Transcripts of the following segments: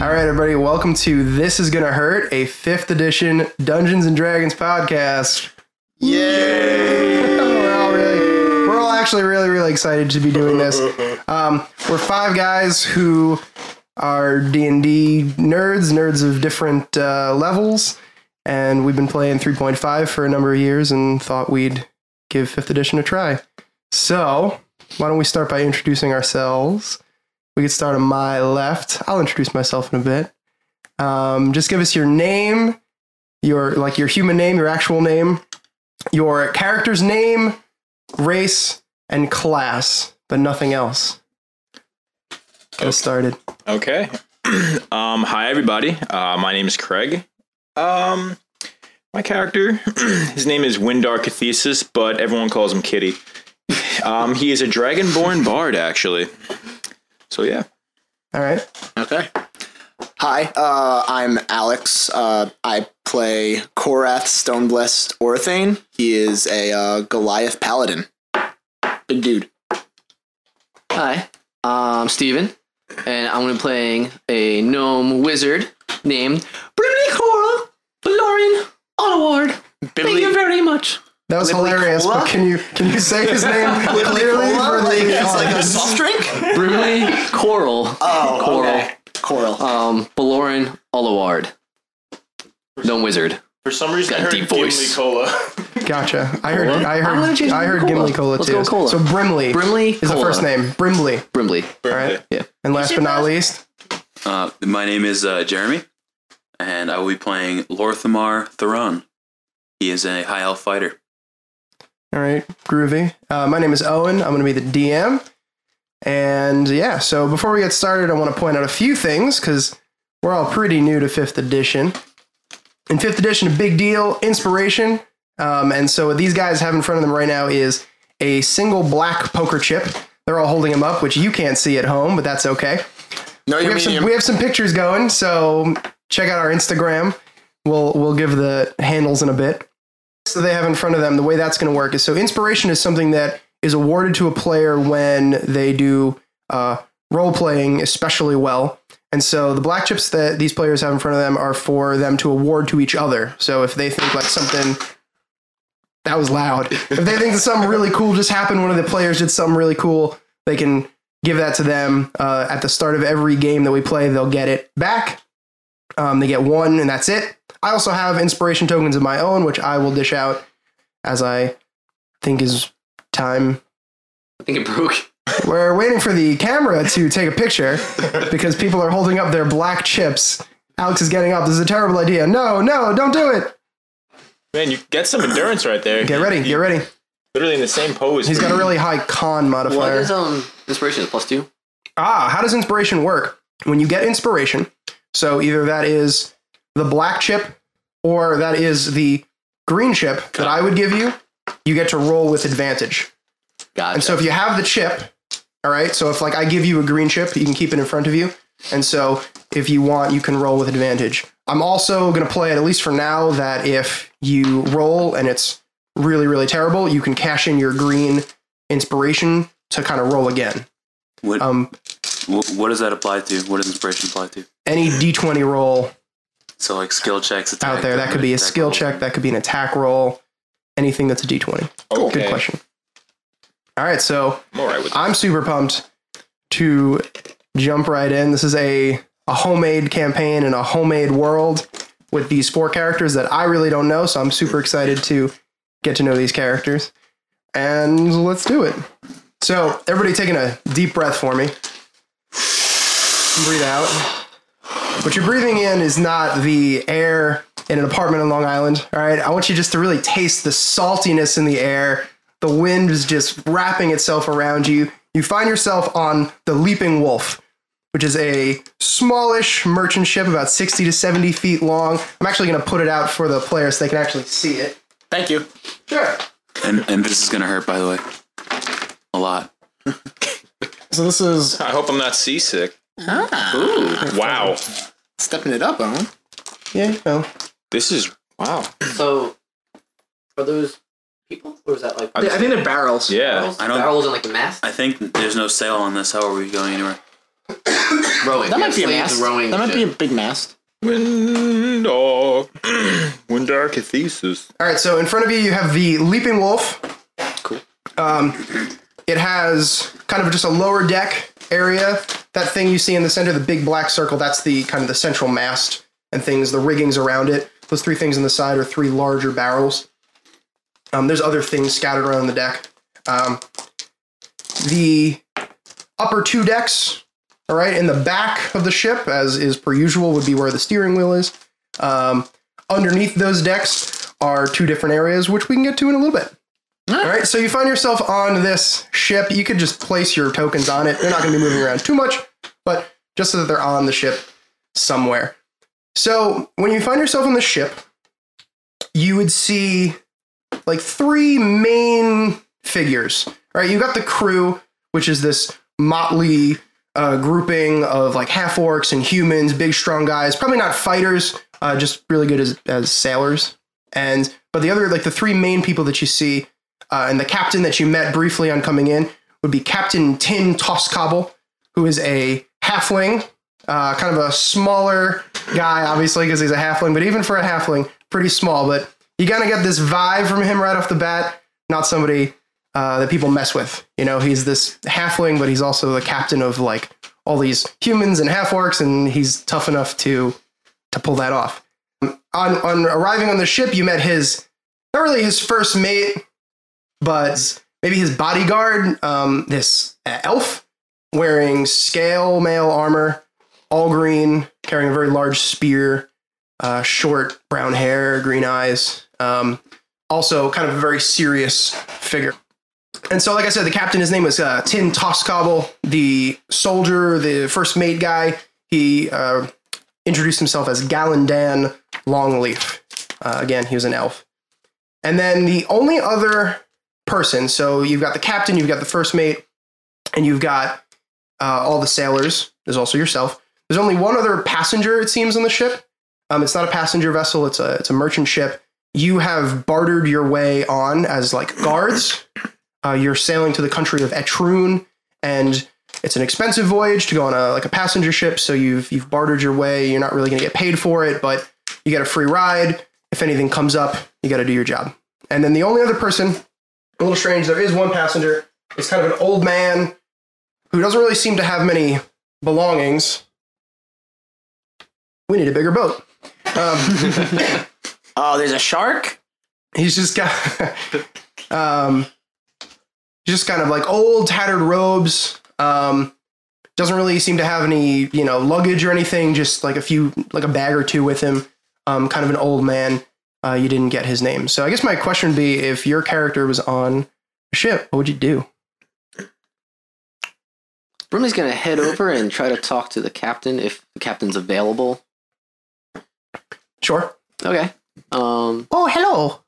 All right, everybody, welcome to This Is Gonna Hurt, a fifth edition Dungeons and Dragons podcast. Yay! we're all really, we're all actually really, really excited to be doing this. Um, we're five guys who are D and D nerds, nerds of different uh, levels, and we've been playing 3.5 for a number of years, and thought we'd give fifth edition a try. So, why don't we start by introducing ourselves? We could start on my left. I'll introduce myself in a bit. Um, just give us your name, your like your human name, your actual name, your character's name, race, and class, but nothing else. Get us started. Okay. um, hi everybody. Uh, my name is Craig. Um, my character, his name is Windar Cathesis, but everyone calls him Kitty. Um, he is a dragonborn bard, actually. So yeah. All right. Okay. Hi, uh, I'm Alex. Uh, I play Korath Stoneblessed Orthane. He is a uh, Goliath Paladin. Big dude. Hi, I'm Steven, and I'm going to be playing a gnome wizard named Brimley Coral Valorian Onward. Thank you Bimley- very much. That was Libbly hilarious. Cola? But can you can you say his name clearly for Cola? the Like, it's like a audience? soft drink? Brimley Coral. Oh, Coral. okay. Coral. Um, Valoran Onward. Gnome wizard. For some reason, Got I heard deep deep voice. Cola. Gotcha. I heard Cola? I I'm gonna heard change I it to heard Cola. Gimli Cola Let's too. go Cola. So Brimley Brimley is the Cola. first name. Brimley. Brimley. All right. Yeah. And last but not least, Uh, my name is uh, Jeremy, and I will be playing Lorthamar Theron. He is a high elf fighter. All right, groovy. Uh, my name is Owen. I'm going to be the DM. And yeah, so before we get started, I want to point out a few things because we're all pretty new to 5th edition. In 5th edition, a big deal, inspiration. Um, and so what these guys have in front of them right now is a single black poker chip. They're all holding them up, which you can't see at home, but that's okay. no, We you're have some, medium. we have some pictures going, so check out our Instagram. We'll we'll give the handles in a bit. So they have in front of them. The way that's going to work is so inspiration is something that is awarded to a player when they do uh, role playing especially well. And so the black chips that these players have in front of them are for them to award to each other. So if they think like something that was loud, if they think that something really cool just happened, one of the players did something really cool, they can give that to them uh, at the start of every game that we play. They'll get it back. Um, they get one, and that's it. I also have inspiration tokens of my own, which I will dish out as I think is time. I think it broke. We're waiting for the camera to take a picture because people are holding up their black chips. Alex is getting up. This is a terrible idea. No, no, don't do it. Man, you get some endurance right there. Get ready, get ready. Literally in the same pose. He's got a really high con What modifier. is um inspiration? Plus two. Ah, how does inspiration work? When you get inspiration, so either that is the black chip or that is the green chip that I would give you, you get to roll with advantage. Gotcha. And so if you have the chip, all right, so if like I give you a green chip, you can keep it in front of you. And so if you want, you can roll with advantage. I'm also going to play it, at least for now, that if you roll and it's really, really terrible, you can cash in your green inspiration to kind of roll again. What, Um, wh- what does that apply to? What does inspiration apply to? any d20 roll So, like skill checks attack, out there. That could be a attack skill roll. check. That could be an attack roll. Anything that's a d20. okay. Good question. All right, so I'm alright with that. I'm super pumped to jump right in. This is a, a homemade campaign in a homemade world with these four characters that I really don't know, so I'm super excited to get to know these characters. And let's do it. So, everybody taking a deep breath for me. Breathe out. What you're breathing in is not the air in an apartment on Long Island, all right? I want you just to really taste the saltiness in the air. The wind is just wrapping itself around you. You find yourself on the Leaping Wolf, which is a smallish merchant ship about 60 to 70 feet long. I'm actually going to put it out for the players so they can actually see it. Thank you. Sure. And, and this is going to hurt, by the way. A lot. So this is I hope I'm not seasick. Ah. Wow. Stepping it up, Owen. yeah, you know. This is wow. So are those people or is that like I think they're barrels. Yeah. I don't- barrels and like a mast? I think there's no sail on this. How are we going anywhere? Rowing. That might be a Slaves mast. Rowing That might be a ship. big mast. Windar. Windar Cathesis. All right, so in front of you, you have the Leaping Wolf. Cool. Um, it has kind of just a lower deck area. That thing you see in the center, the big black circle, that's the kind of the central mast and things, the riggings around it. Those three things on the side are three larger barrels. Um, there's other things scattered around the deck. Um, the upper two decks, all right, in the back of the ship, as is per usual, would be where the steering wheel is. Um, underneath those decks are two different areas, which we can get to in a little bit. All right, so you find yourself on this ship. You could just place your tokens on it. They're not going to be moving around too much, but just so that they're on the ship somewhere. So when you find yourself on the ship, you would see like three main figures. All right, you got the crew, which is this motley uh, grouping of like half orcs and humans, big strong guys. Probably not fighters, uh, just really good as as sailors. And but the other like the three main people that you see, uh, and the captain that you met briefly on coming in would be Captain Tin Toscobble, who is a halfling, uh, kind of a smaller guy, obviously because he's a halfling. But even for a halfling, pretty small. But you kind of get this vibe from him right off the bat. Not somebody uh, that people mess with. You know, he's this halfling, but he's also the captain of like all these humans and half orcs, and he's tough enough to to pull that off. Um, On on arriving on the ship, you met his not really his first mate, but maybe his bodyguard, um, this uh, elf wearing scale mail armor, all green, carrying a very large spear, uh, short brown hair, green eyes. Um, also, kind of a very serious figure. And so, like I said, the captain, his name was uh, Tin Toscobble. The soldier, the first mate guy, he uh, introduced himself as Gallandan Longleaf. Uh, again, he was an elf. And then the only other person, so you've got the captain, you've got the first mate, and you've got uh, all the sailors. There's also yourself. There's only one other passenger, it seems, on the ship. Um, it's not a passenger vessel. It's a it's a merchant ship. You have bartered your way on as like guards. Uh, you're sailing to the country of Etrun, and it's an expensive voyage to go on a like a passenger ship. So you've you've bartered your way. You're not really going to get paid for it, but you get a free ride. If anything comes up, you got to do your job. And then the only other person, a little strange, there is one passenger. It's kind of an old man who doesn't really seem to have many belongings. We need a bigger boat. Um, Oh, there's a shark. he's just got um just kind of like old tattered robes um doesn't really seem to have any you know luggage or anything just like a few like a bag or two with him um kind of an old man uh you didn't get his name so i guess my question would be if your character was on a ship what would you do Brimley's gonna head over and try to talk to the captain if the captain's available. sure Okay. Um. oh hello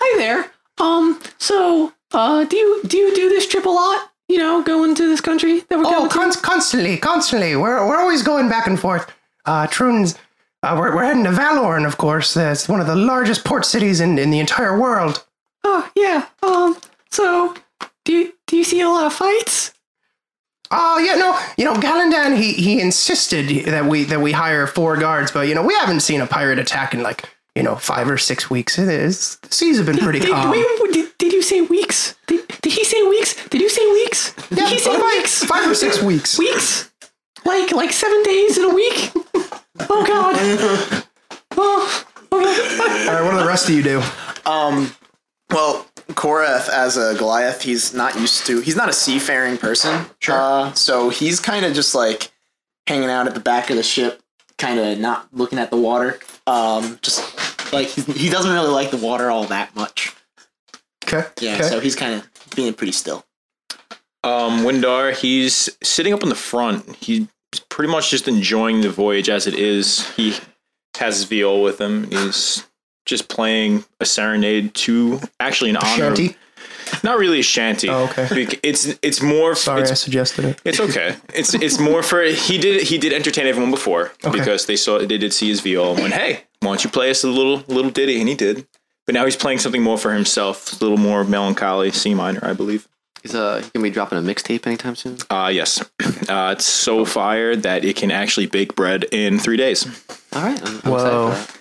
Hi there. Um. So, uh, do you do you do this trip a lot? You know, going to this country that we're going to. Oh, constantly constantly we're, we're always going back and forth uh trun's uh, we're, we're heading to valorn of course that's one of the largest port cities in, in the entire world Oh yeah. Um. So, do you do you see a lot of fights? Oh yeah, no, you know, Galandan he he insisted that we that we hire four guards, but you know we haven't seen a pirate attack in like you know five or six weeks. It is, the seas have been pretty Did, calm. wait, did, did you say weeks? Did, did he say weeks? Did you say weeks? Did Yeah, he say five- weeks? five or six weeks. weeks? Like like seven days in a week? Oh god. Oh, okay. All right, what do the rest of you do? Um, well, Korath as a Goliath, he's not used to. He's not a seafaring person. Sure. Uh, so he's kind of just like hanging out at the back of the ship, kind of not looking at the water. Um, just like he, he doesn't really like the water all that much. Okay, Yeah. okay. So he's kind of being pretty still. Um, Windar, he's sitting up in the front. He's pretty much just enjoying the voyage as it is. He has his viol with him. and He's just playing a serenade to actually an um, honor. shanty. Not really a shanty. Oh, okay. Bec- It's it's more. Sorry, I It's, suggested it. it's okay. It's it's more for he did he did entertain everyone before Okay. because they saw they did see his viol and went hey why don't you play us a little little ditty and he did but now he's playing something more for himself a little more melancholy C minor I believe He's uh he gonna be dropping a mixtape anytime soon. Uh, yes. Uh, it's so fire that it can actually bake bread in three days. All right, I'm, I'm Whoa. excited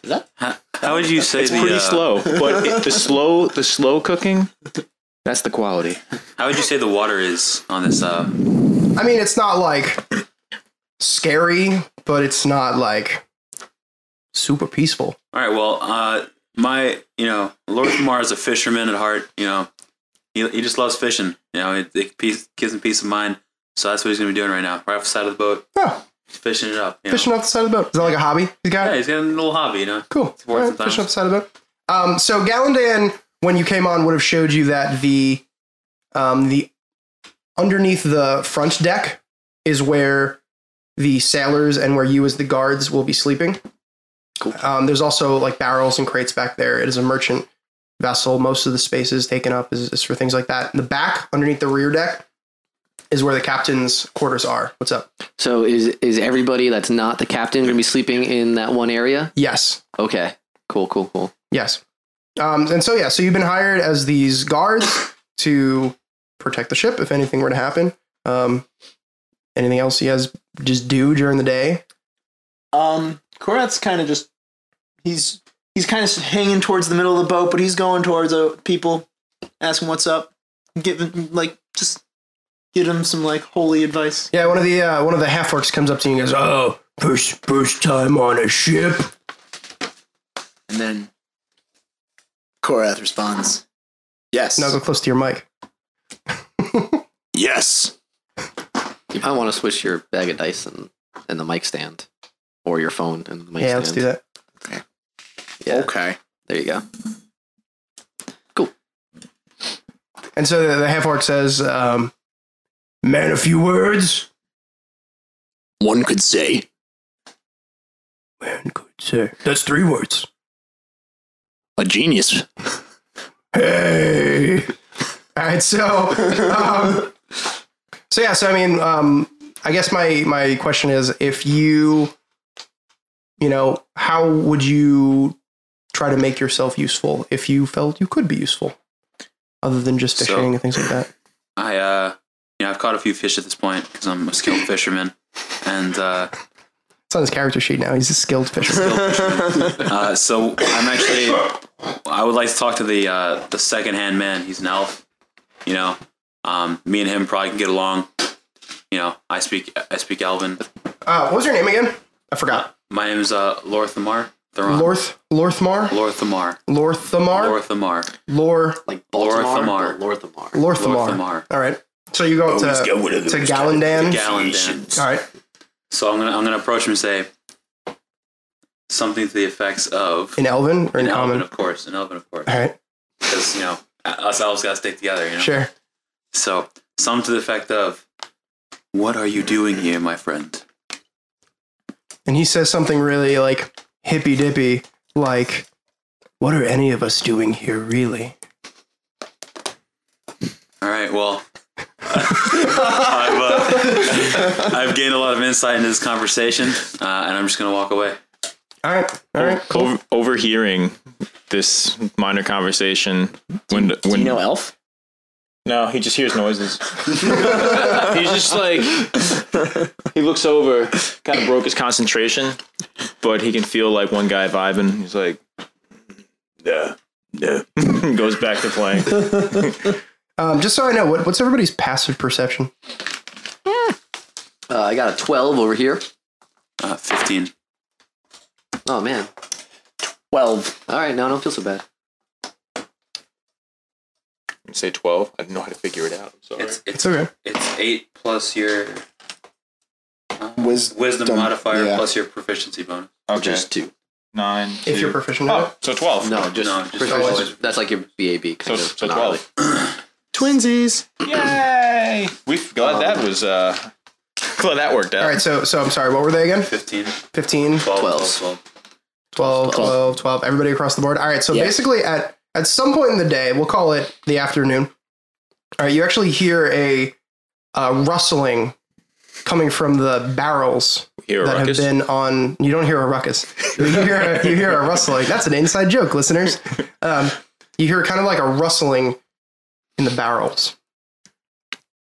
for that. How, how would you say It's the, pretty uh, slow, but it, the slow the slow cooking, that's the quality. How would you say the water is on this? Uh, I mean, it's not like scary, but it's not like super peaceful. all right. Well, uh, my you know Lord Kumar is a fisherman at heart. You know, he, he just loves fishing. You know, it, it peace, gives him peace of mind. So that's what he's gonna be doing right now, right off the side of the boat, Huh. just fishing it up. You know? Fishing off the side of the boat. Is that like a hobby he's got? Yeah, he's got a little hobby. You know, Cool. worth Alright, the time. fishing off the side of the boat. Um, so Gallandan, when you came on, would have showed you that the um, the underneath the front deck is where the sailors and where you as the guards will be sleeping. Cool. Um, there's also like barrels and crates back there. It is a merchant vessel. Most of the spaces taken up is, is for things like that. In the back, underneath the rear deck, is where the captain's quarters are. What's up? So is is everybody that's not the captain gonna be sleeping in that one area? Yes. Okay, cool, cool, cool. Yes. Um, and so yeah, so you've been hired as these guards to protect the ship if anything were to happen. Um, anything else you guys just do during the day? Um, Korat's kind of just he's he's kind of hanging towards the middle of the boat, but he's going towards the people, asking what's up, giving like just give him some like holy advice. Yeah, one of the uh, one of the half orcs comes up to you and goes, "Oh, first first time on a ship." And then Korath responds, "Yes, Now go close to your mic. yes." You might want to switch your bag of dice and, and the mic stand, or your phone and the mic yeah, stand. let's do that. Yeah, Okay. there you go. And so the, the half orc says, um, "Man, a few words." One could say, Man, good sir. That's three words. "A genius." Hey. All right, so um, so yeah, so I mean, um, I guess my my question is, if you, you know, how would you try to make yourself useful if you felt you could be useful, other than just So- fishing and things like that? I uh, you know, I've caught a few fish at this point because I'm a skilled fisherman, and uh, It's on his character sheet now. He's a skilled fisherman. uh, so I'm actually, I would like to talk to the uh, the second hand man. He's an elf, you know. Um, me and him probably can get along. You know, I speak I speak Elven. Uh, what was your name again? I forgot. My name is uh, Lorthamar Theron. Lorth Lorthmar Lorthamar. Lorthamar Lorthamar. Lor Like Baltimore, Lorthamar. Lorthamar. Lorthamar. Lorthamar. All right. So you go up to to Gallandan. Gallandan. All right. So I'm gonna I'm gonna approach him and say something to the effects of In Elven or in, an Common? Elven, of course, an Elven, of course, All right. because you know us elves gotta stick together, you know. Sure. So, some to the effect of, "What are you doing here, my friend?" And he says something really like hippy dippy, like, "What are any of us doing here, really?" All right. Well, I've, uh, I've gained a lot of insight into this conversation, uh, and I'm just gonna walk away. All right. All right. Cool. Over, overhearing this minor conversation when when Elf? no, he just hears noises. He's just like he looks over, kind of broke his concentration, but he can feel like one guy vibing. He's like, yeah, yeah, goes back to playing. Um, just so I know, what, what's everybody's passive perception? Uh, I got a 12 over here. Uh, Fifteen. Oh, man. Twelve. All right, now I don't feel so bad. Say twelve. I didn't know how to figure it out. I'm sorry. It's It's it's okay. it's eight plus your uh, Wisdom. wisdom modifier yeah. plus your proficiency bonus. okay. Just two. nine. If two- you're proficient, in oh, so twelve. No, just, No, just proficiency. always- That's like your BAB. So, Kind of, so not really. twelve. Twinsies. Yay! We glad that was uh, glad that worked it. out. all right. So, so I'm sorry. What were they again? Fifteen. 15, Twelve. Twelves. 12. 12, 12, 12. Everybody across the board. All right. So Yeah. basically, at at some point in the day, we'll call it the afternoon. All right. You actually hear a uh, rustling coming from the barrels Here, that Ruckus. have been on. You don't hear a ruckus. You hear a, you hear a rustling. That's an inside joke, listeners. Um, you hear kind of like a rustling in in the barrels.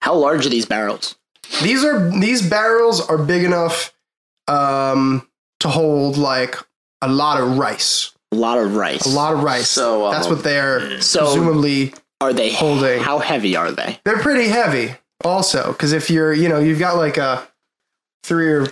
How large are these barrels? These are these barrels are big enough um, to hold like a lot of rice. A lot of rice. A lot of rice. So, um, that's what they're so- presumably. Are they Holding. How heavy are they? They're pretty heavy, also, because if you're you know you've got like a three or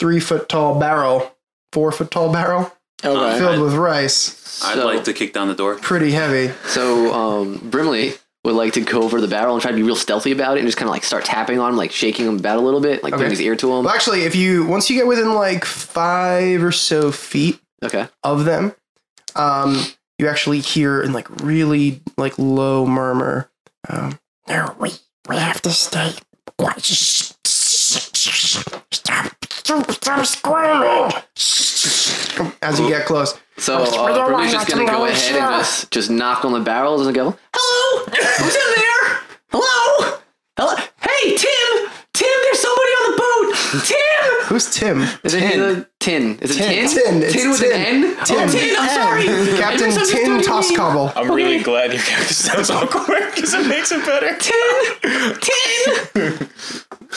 three foot tall barrel, four foot tall barrel Okay. filled with rice, I'd So- like to kick down the door. pretty heavy. So um, Brimley would like to go over the barrel and try to be real stealthy about it and just kind of like start tapping on him, like shaking him about a little bit, like putting Okay. his ear to him. Well, actually, if you once you get within like five or so feet Okay. of them, um, you actually hear in like really like low murmur. Um, No, we we have to stay quiet. Shh, shh, shh, shh. Stop, stop, stop squirming. as you get close, So uh, Brimley's just gonna go ahead and just just knock on the barrels and go, "Hello, who's in there? Hello, hello, hey Tim, Tim, there's somebody on the boat, Tim." who's Tim? Is it tin? Tin? Is it tin? Tin, it's with tin. an N. Tin. Oh, tin. I'm sorry. Captain I misunderstood your Tim name. Toscobble. I'm really glad your character sounds awkward because it makes it better. Tin. Tin.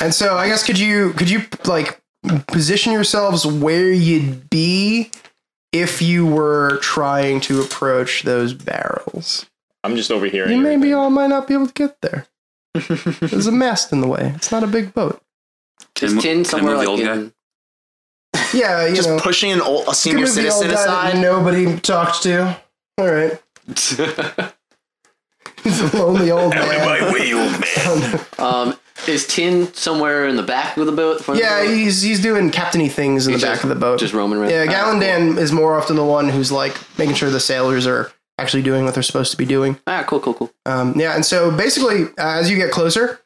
And so I guess could you could you like position yourselves where you'd be if you were trying to approach those barrels? I'm just over here. You maybe all might not be able to get there. There's a mast in the way. It's not a big boat. Can I Is mo- can I tin somewhere move the like old guy? in? Yeah, you Just know. pushing an old, a Give me senior the old citizen guy that aside. Nobody talked to. All right. He's a lonely old man. Um, is tin somewhere in the back of the boat? front of the Yeah, boat? he's he's doing captainy things in He's the just- back of the boat. just roaming around. Yeah, All right, Gallandan is more often the one who's like making sure the sailors are actually doing what they're supposed to be doing. Cool. Ah, cool, cool, cool. Um, yeah, and so basically, uh, as you get closer,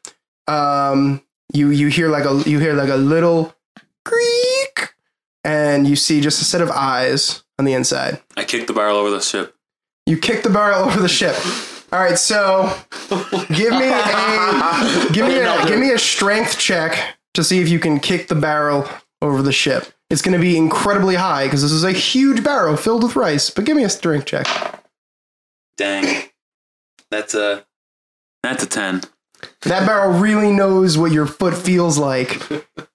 um, you you hear like a you hear like a little creak, and you see just a set of eyes on the inside. I kicked the barrel over the ship. You kick the barrel over the ship. All right, so give me a give me a give me a strength check to see if you can kick the barrel over the ship. It's going to be incredibly high because this is a huge barrel filled with rice. But give me a strength check. Dang. That's a that's a ten. That barrel really knows what your foot feels like,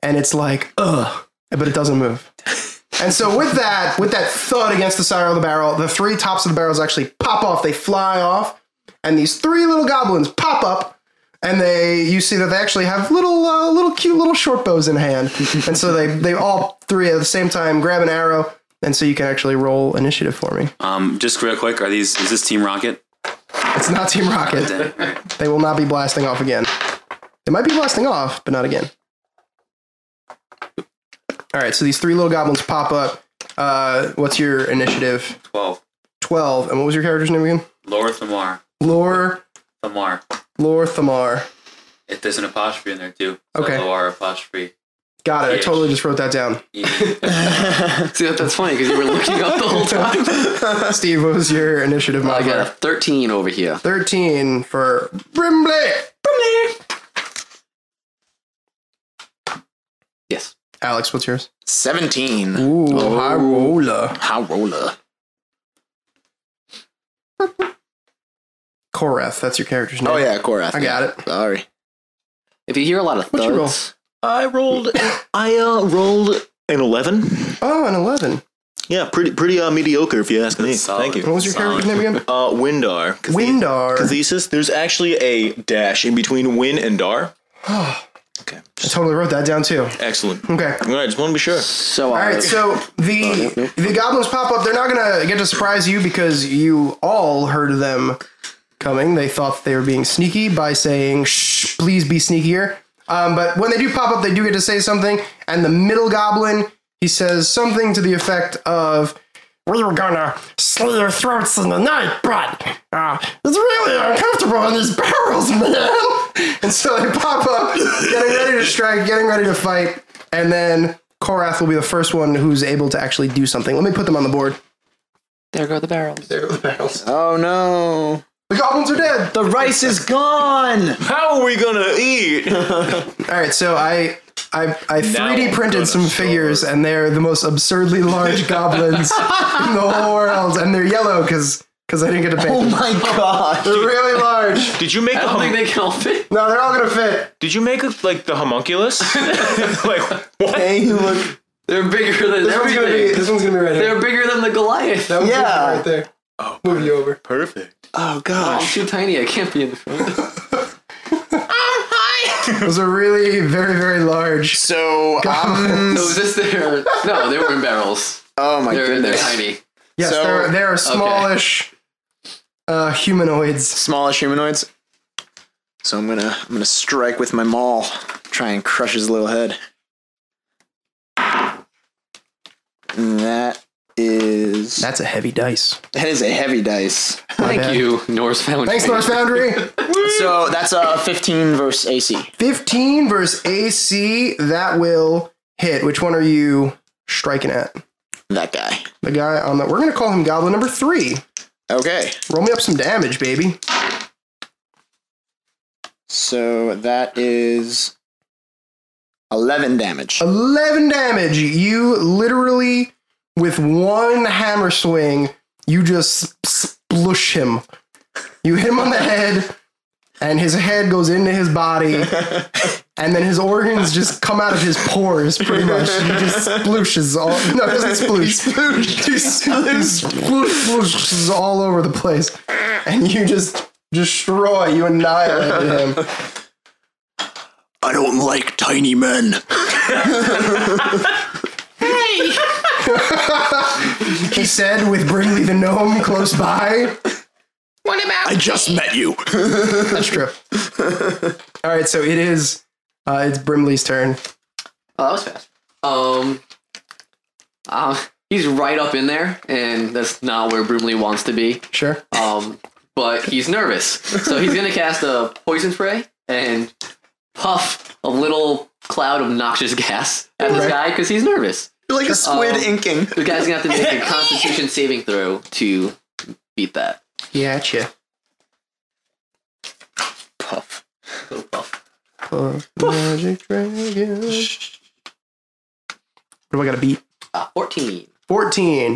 and it's like ugh, but it doesn't move. And so with that, with that thud against the side of the barrel, the three tops of the barrels actually pop off. They fly off, and these three little goblins pop up, and they you see that they actually have little uh, little cute little short bows in hand, and so they they all three at the same time grab an arrow, and so you can actually roll initiative for me. Um, just real quick, are these is this Team Rocket? It's not Team Rocket. Dang. alright. They will not be blasting off again. They might be blasting off, but not again. All right, so these three little goblins pop up. Uh, what's your initiative? Twelve. 12. And what was your character's name again? Lower Thamar. Lore, Thamar. Lore Thamar. If there's an apostrophe in there too. Okay. Lower apostrophe. Got it. I Yeah. totally just wrote that down. E. See, that, that's funny because you were looking up the whole time. Steve, what was your initiative I got a modifier? 13 over here. 13 for Brimley. Yes. Alex, what's yours? Oh, 17. Ooh, high roller. How roller. Koreth, that's your character's name. Oh, yeah, Korath. I got it. Sorry. If you hear a lot of What'd you roll? thuds, I rolled. I uh, rolled an 11. Oh, an 11. Yeah, pretty pretty uh, mediocre if you ask me. That's solid. Thank you. What was your character's name again? Uh, Windar. Cathe- Windar. Cathesis. There's actually a dash in between Win and Dar. okay. I totally wrote that down too. Excellent. All Okay. right, just want to be sure. so All I right, so the the goblins pop up. They're not gonna get to surprise you because you all heard them coming. They thought they were being sneaky by saying "shh, please be sneakier." Um, but when they do pop up, they do get to say something. And the middle goblin, he says something to the effect of, We were gonna slit your throats in the night, but uh, it's really uncomfortable in these barrels, man. and so they pop up, getting ready to strike, getting ready to fight, and then Korath will be the first one who's able to actually do something. Let me put them on the board. there go the barrels. Oh, no. The goblins are dead. The rice is gone. How are we gonna eat? All right, so I I I Now 3D I'm printed gonna some show figures, and they're the most absurdly large goblins in the whole world, and they're yellow because because I didn't get to paint Oh them. my god. They're really large. Did you make I a don't hum- think they can all fit. No, they're all gonna fit. Did you make a, like the homunculus? like what? Hey, look. They're bigger than This one's gonna be. everything. This one's gonna be right here. They're bigger than the Goliath. That one's gonna be Yeah. right there. Move you over. Perfect. Oh I'm gosh. too tiny. I can't be in the front. Oh, Those are really very very large. So, um, So is this their? No, they were in barrels. oh my They're, they're goodness. tiny. Yes, So- they're they're smallish uh, humanoids. Smallish humanoids. So I'm gonna I'm gonna strike with my maul, try and crush his little head. And that is That's a heavy dice. that is a heavy dice. My Thank bad. you, Norse Foundry. Thanks, North Foundry. So that's a 15 versus AC. 15 versus AC. That will hit. Which one are you striking at? That guy. The guy on the. We're gonna call him Goblin number three. Okay. Roll me up some damage, baby. So that is 11 damage. 11 damage. You literally, with one hammer swing, you just splush him. You hit him on the head, and his head goes into his body, and then his organs just come out of his pores, pretty much. He just splooshes all. No, he doesn't sploosh. He splooshes. splooshes all over the place, and you just destroy, you annihilate him. I don't like tiny men. He said, with Brinley the gnome close by. I just met you. That's true. All right, so it is. Uh, it's Brimley's turn. Oh, that was fast. Um, uh, he's right up in there, and that's not where Brimley wants to be. Sure. Um, but he's nervous, so he's gonna cast a poison spray and puff a little cloud of noxious gas at this Okay. guy because he's nervous. You're like a squid Um, inking. The guy's gonna have to make a Constitution saving throw to beat that. Yeah, you. Puff. Go puff. Uh, Magic dragon. What do I got to beat? Uh, Fourteen. 14. He's Fourteen.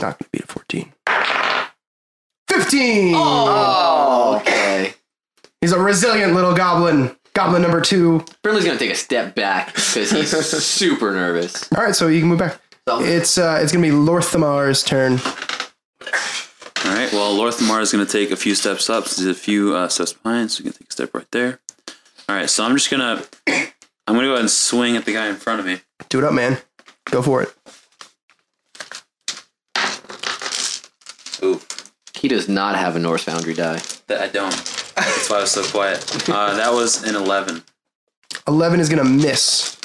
not going to beat a 14. 15! Oh. Okay. He's a resilient little goblin. Goblin number two. Brimley's gonna take a step back because he's super nervous. All right, so you can move back. So- It's uh, it's gonna be Lorthamar's turn. All right. Well, Lorthamar is going to take a few steps up. So he's a few uh, steps behind, so he can take a step right there. All right. So I'm just gonna I'm gonna go ahead and swing at the guy in front of me. Do it up, man. Go for it. Ooh, He does not have a Norse Foundry die. that I don't. That's why I was so quiet. Uh, that was an 11. 11 is gonna miss.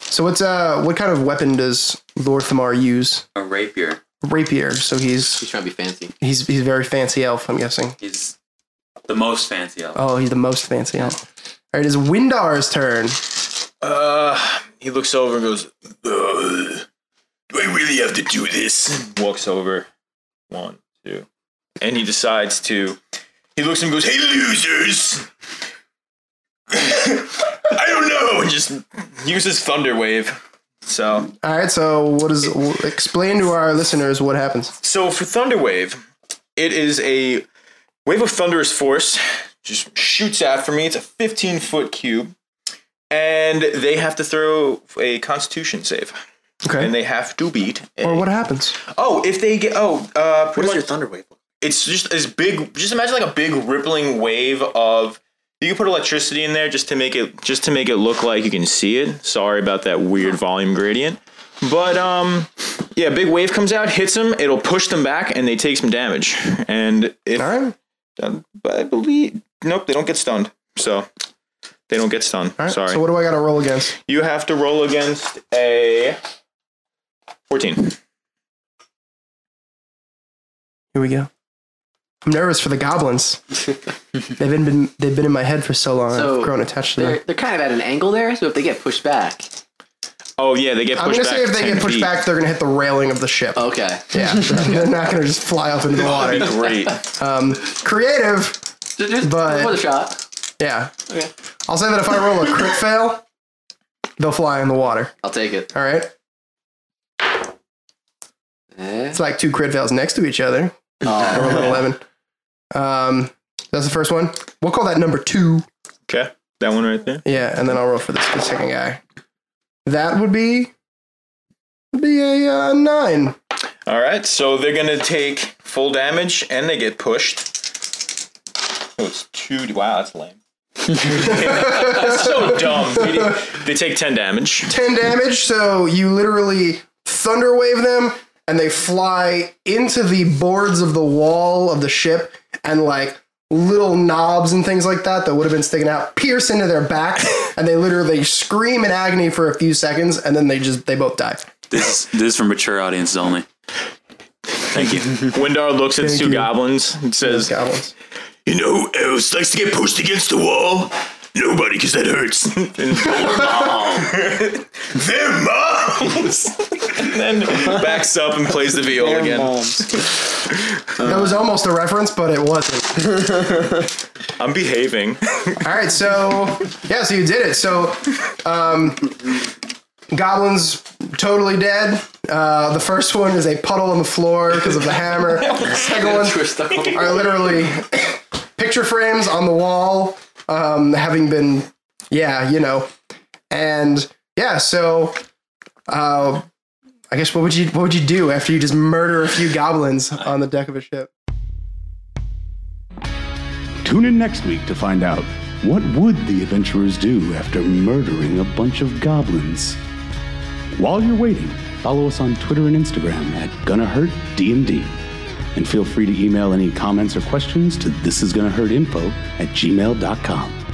So what's uh what kind of weapon does Lorthamar use? A rapier. rapier, so he's He's trying to be fancy. he's he's a very fancy elf, I'm guessing. He's the most fancy elf. Oh, he's the most fancy elf. All right, it's Windar's turn. Uh, he looks over and goes, "Ugh, "Do I really have to do this?" Walks over, one, two, and he decides to. He looks and goes, "Hey, losers!" I don't know. And just uses thunder wave. So, All right, so what is w- explain to our listeners what happens? so for thunder wave, it is a wave of thunderous force. Just shoots after me. It's a 15 foot cube, and they have to throw a Constitution save. Okay. and they have to beat. or what happens? Oh, if they get oh, uh, pretty much, thunder wave? it's just as big. Just imagine like a big rippling wave of. You can put electricity in there just to make it just to make it look like you can see it. Sorry about that weird volume gradient, but um, yeah, big wave comes out, hits them. It'll push them back, and they take some damage. And if All right. um, but I believe nope, they don't get stunned. So they don't get stunned. All right. Sorry, So what do I got to roll against? you have to roll against a fourteen. Here we go. I'm nervous for the goblins. they've been, been they've been in my head for so long. So, I've grown attached to They're, them. they're kind of at an angle there, so if they get pushed back. Oh yeah, they get I'm pushed gonna back. say if they 10 get pushed feet. back, they're gonna hit the railing of the ship. Okay. Yeah, they're not gonna just fly off into the That'd water. be great. Um, creative, Just, just But- for the shot. Yeah. I'll say that if I roll a crit fail, they'll fly in the water. I'll take it. All right. Eh? It's like two crit fails next to each other. I rolled an eleven. Um, that's the first one. We'll call that number two. Okay. That one right there. Yeah, and then I'll roll for this the second guy. That would be would be a uh, nine. All right. So they're gonna take full damage and they get pushed. It was two. Wow, that's lame. that's so dumb. They, they take ten damage. Ten damage. So you literally thunder wave them, and they fly into the boards of the wall of the ship, and like little knobs and things like that that would have been sticking out pierce into their back and they literally scream in agony for a few seconds and then they just they both die This is, this is for mature audiences only. Thank you. Windar looks at Thank two you. goblins and those says, goblins "You know, who else likes to get pushed against the wall. Nobody, because that hurts." Their moms. and then backs up and plays the viola again. that was almost a reference but it wasn't I'm behaving. All right, so yeah, so you did it. So, um, goblins totally dead. Uh, the first one is a puddle on the floor because of the hammer. Second one Twist up. are literally picture frames on the wall, um, having been, yeah, you know, and yeah. So, uh, I guess what would you what would you do after you just murder a few goblins on the deck of a ship? Tune in next week to find out what would the adventurers do after murdering a bunch of goblins. While you're waiting, follow us on Twitter and Instagram at Gonna Hurt DMD. And feel free to email any comments or questions to thisisgonnahurtinfo at gmail.com.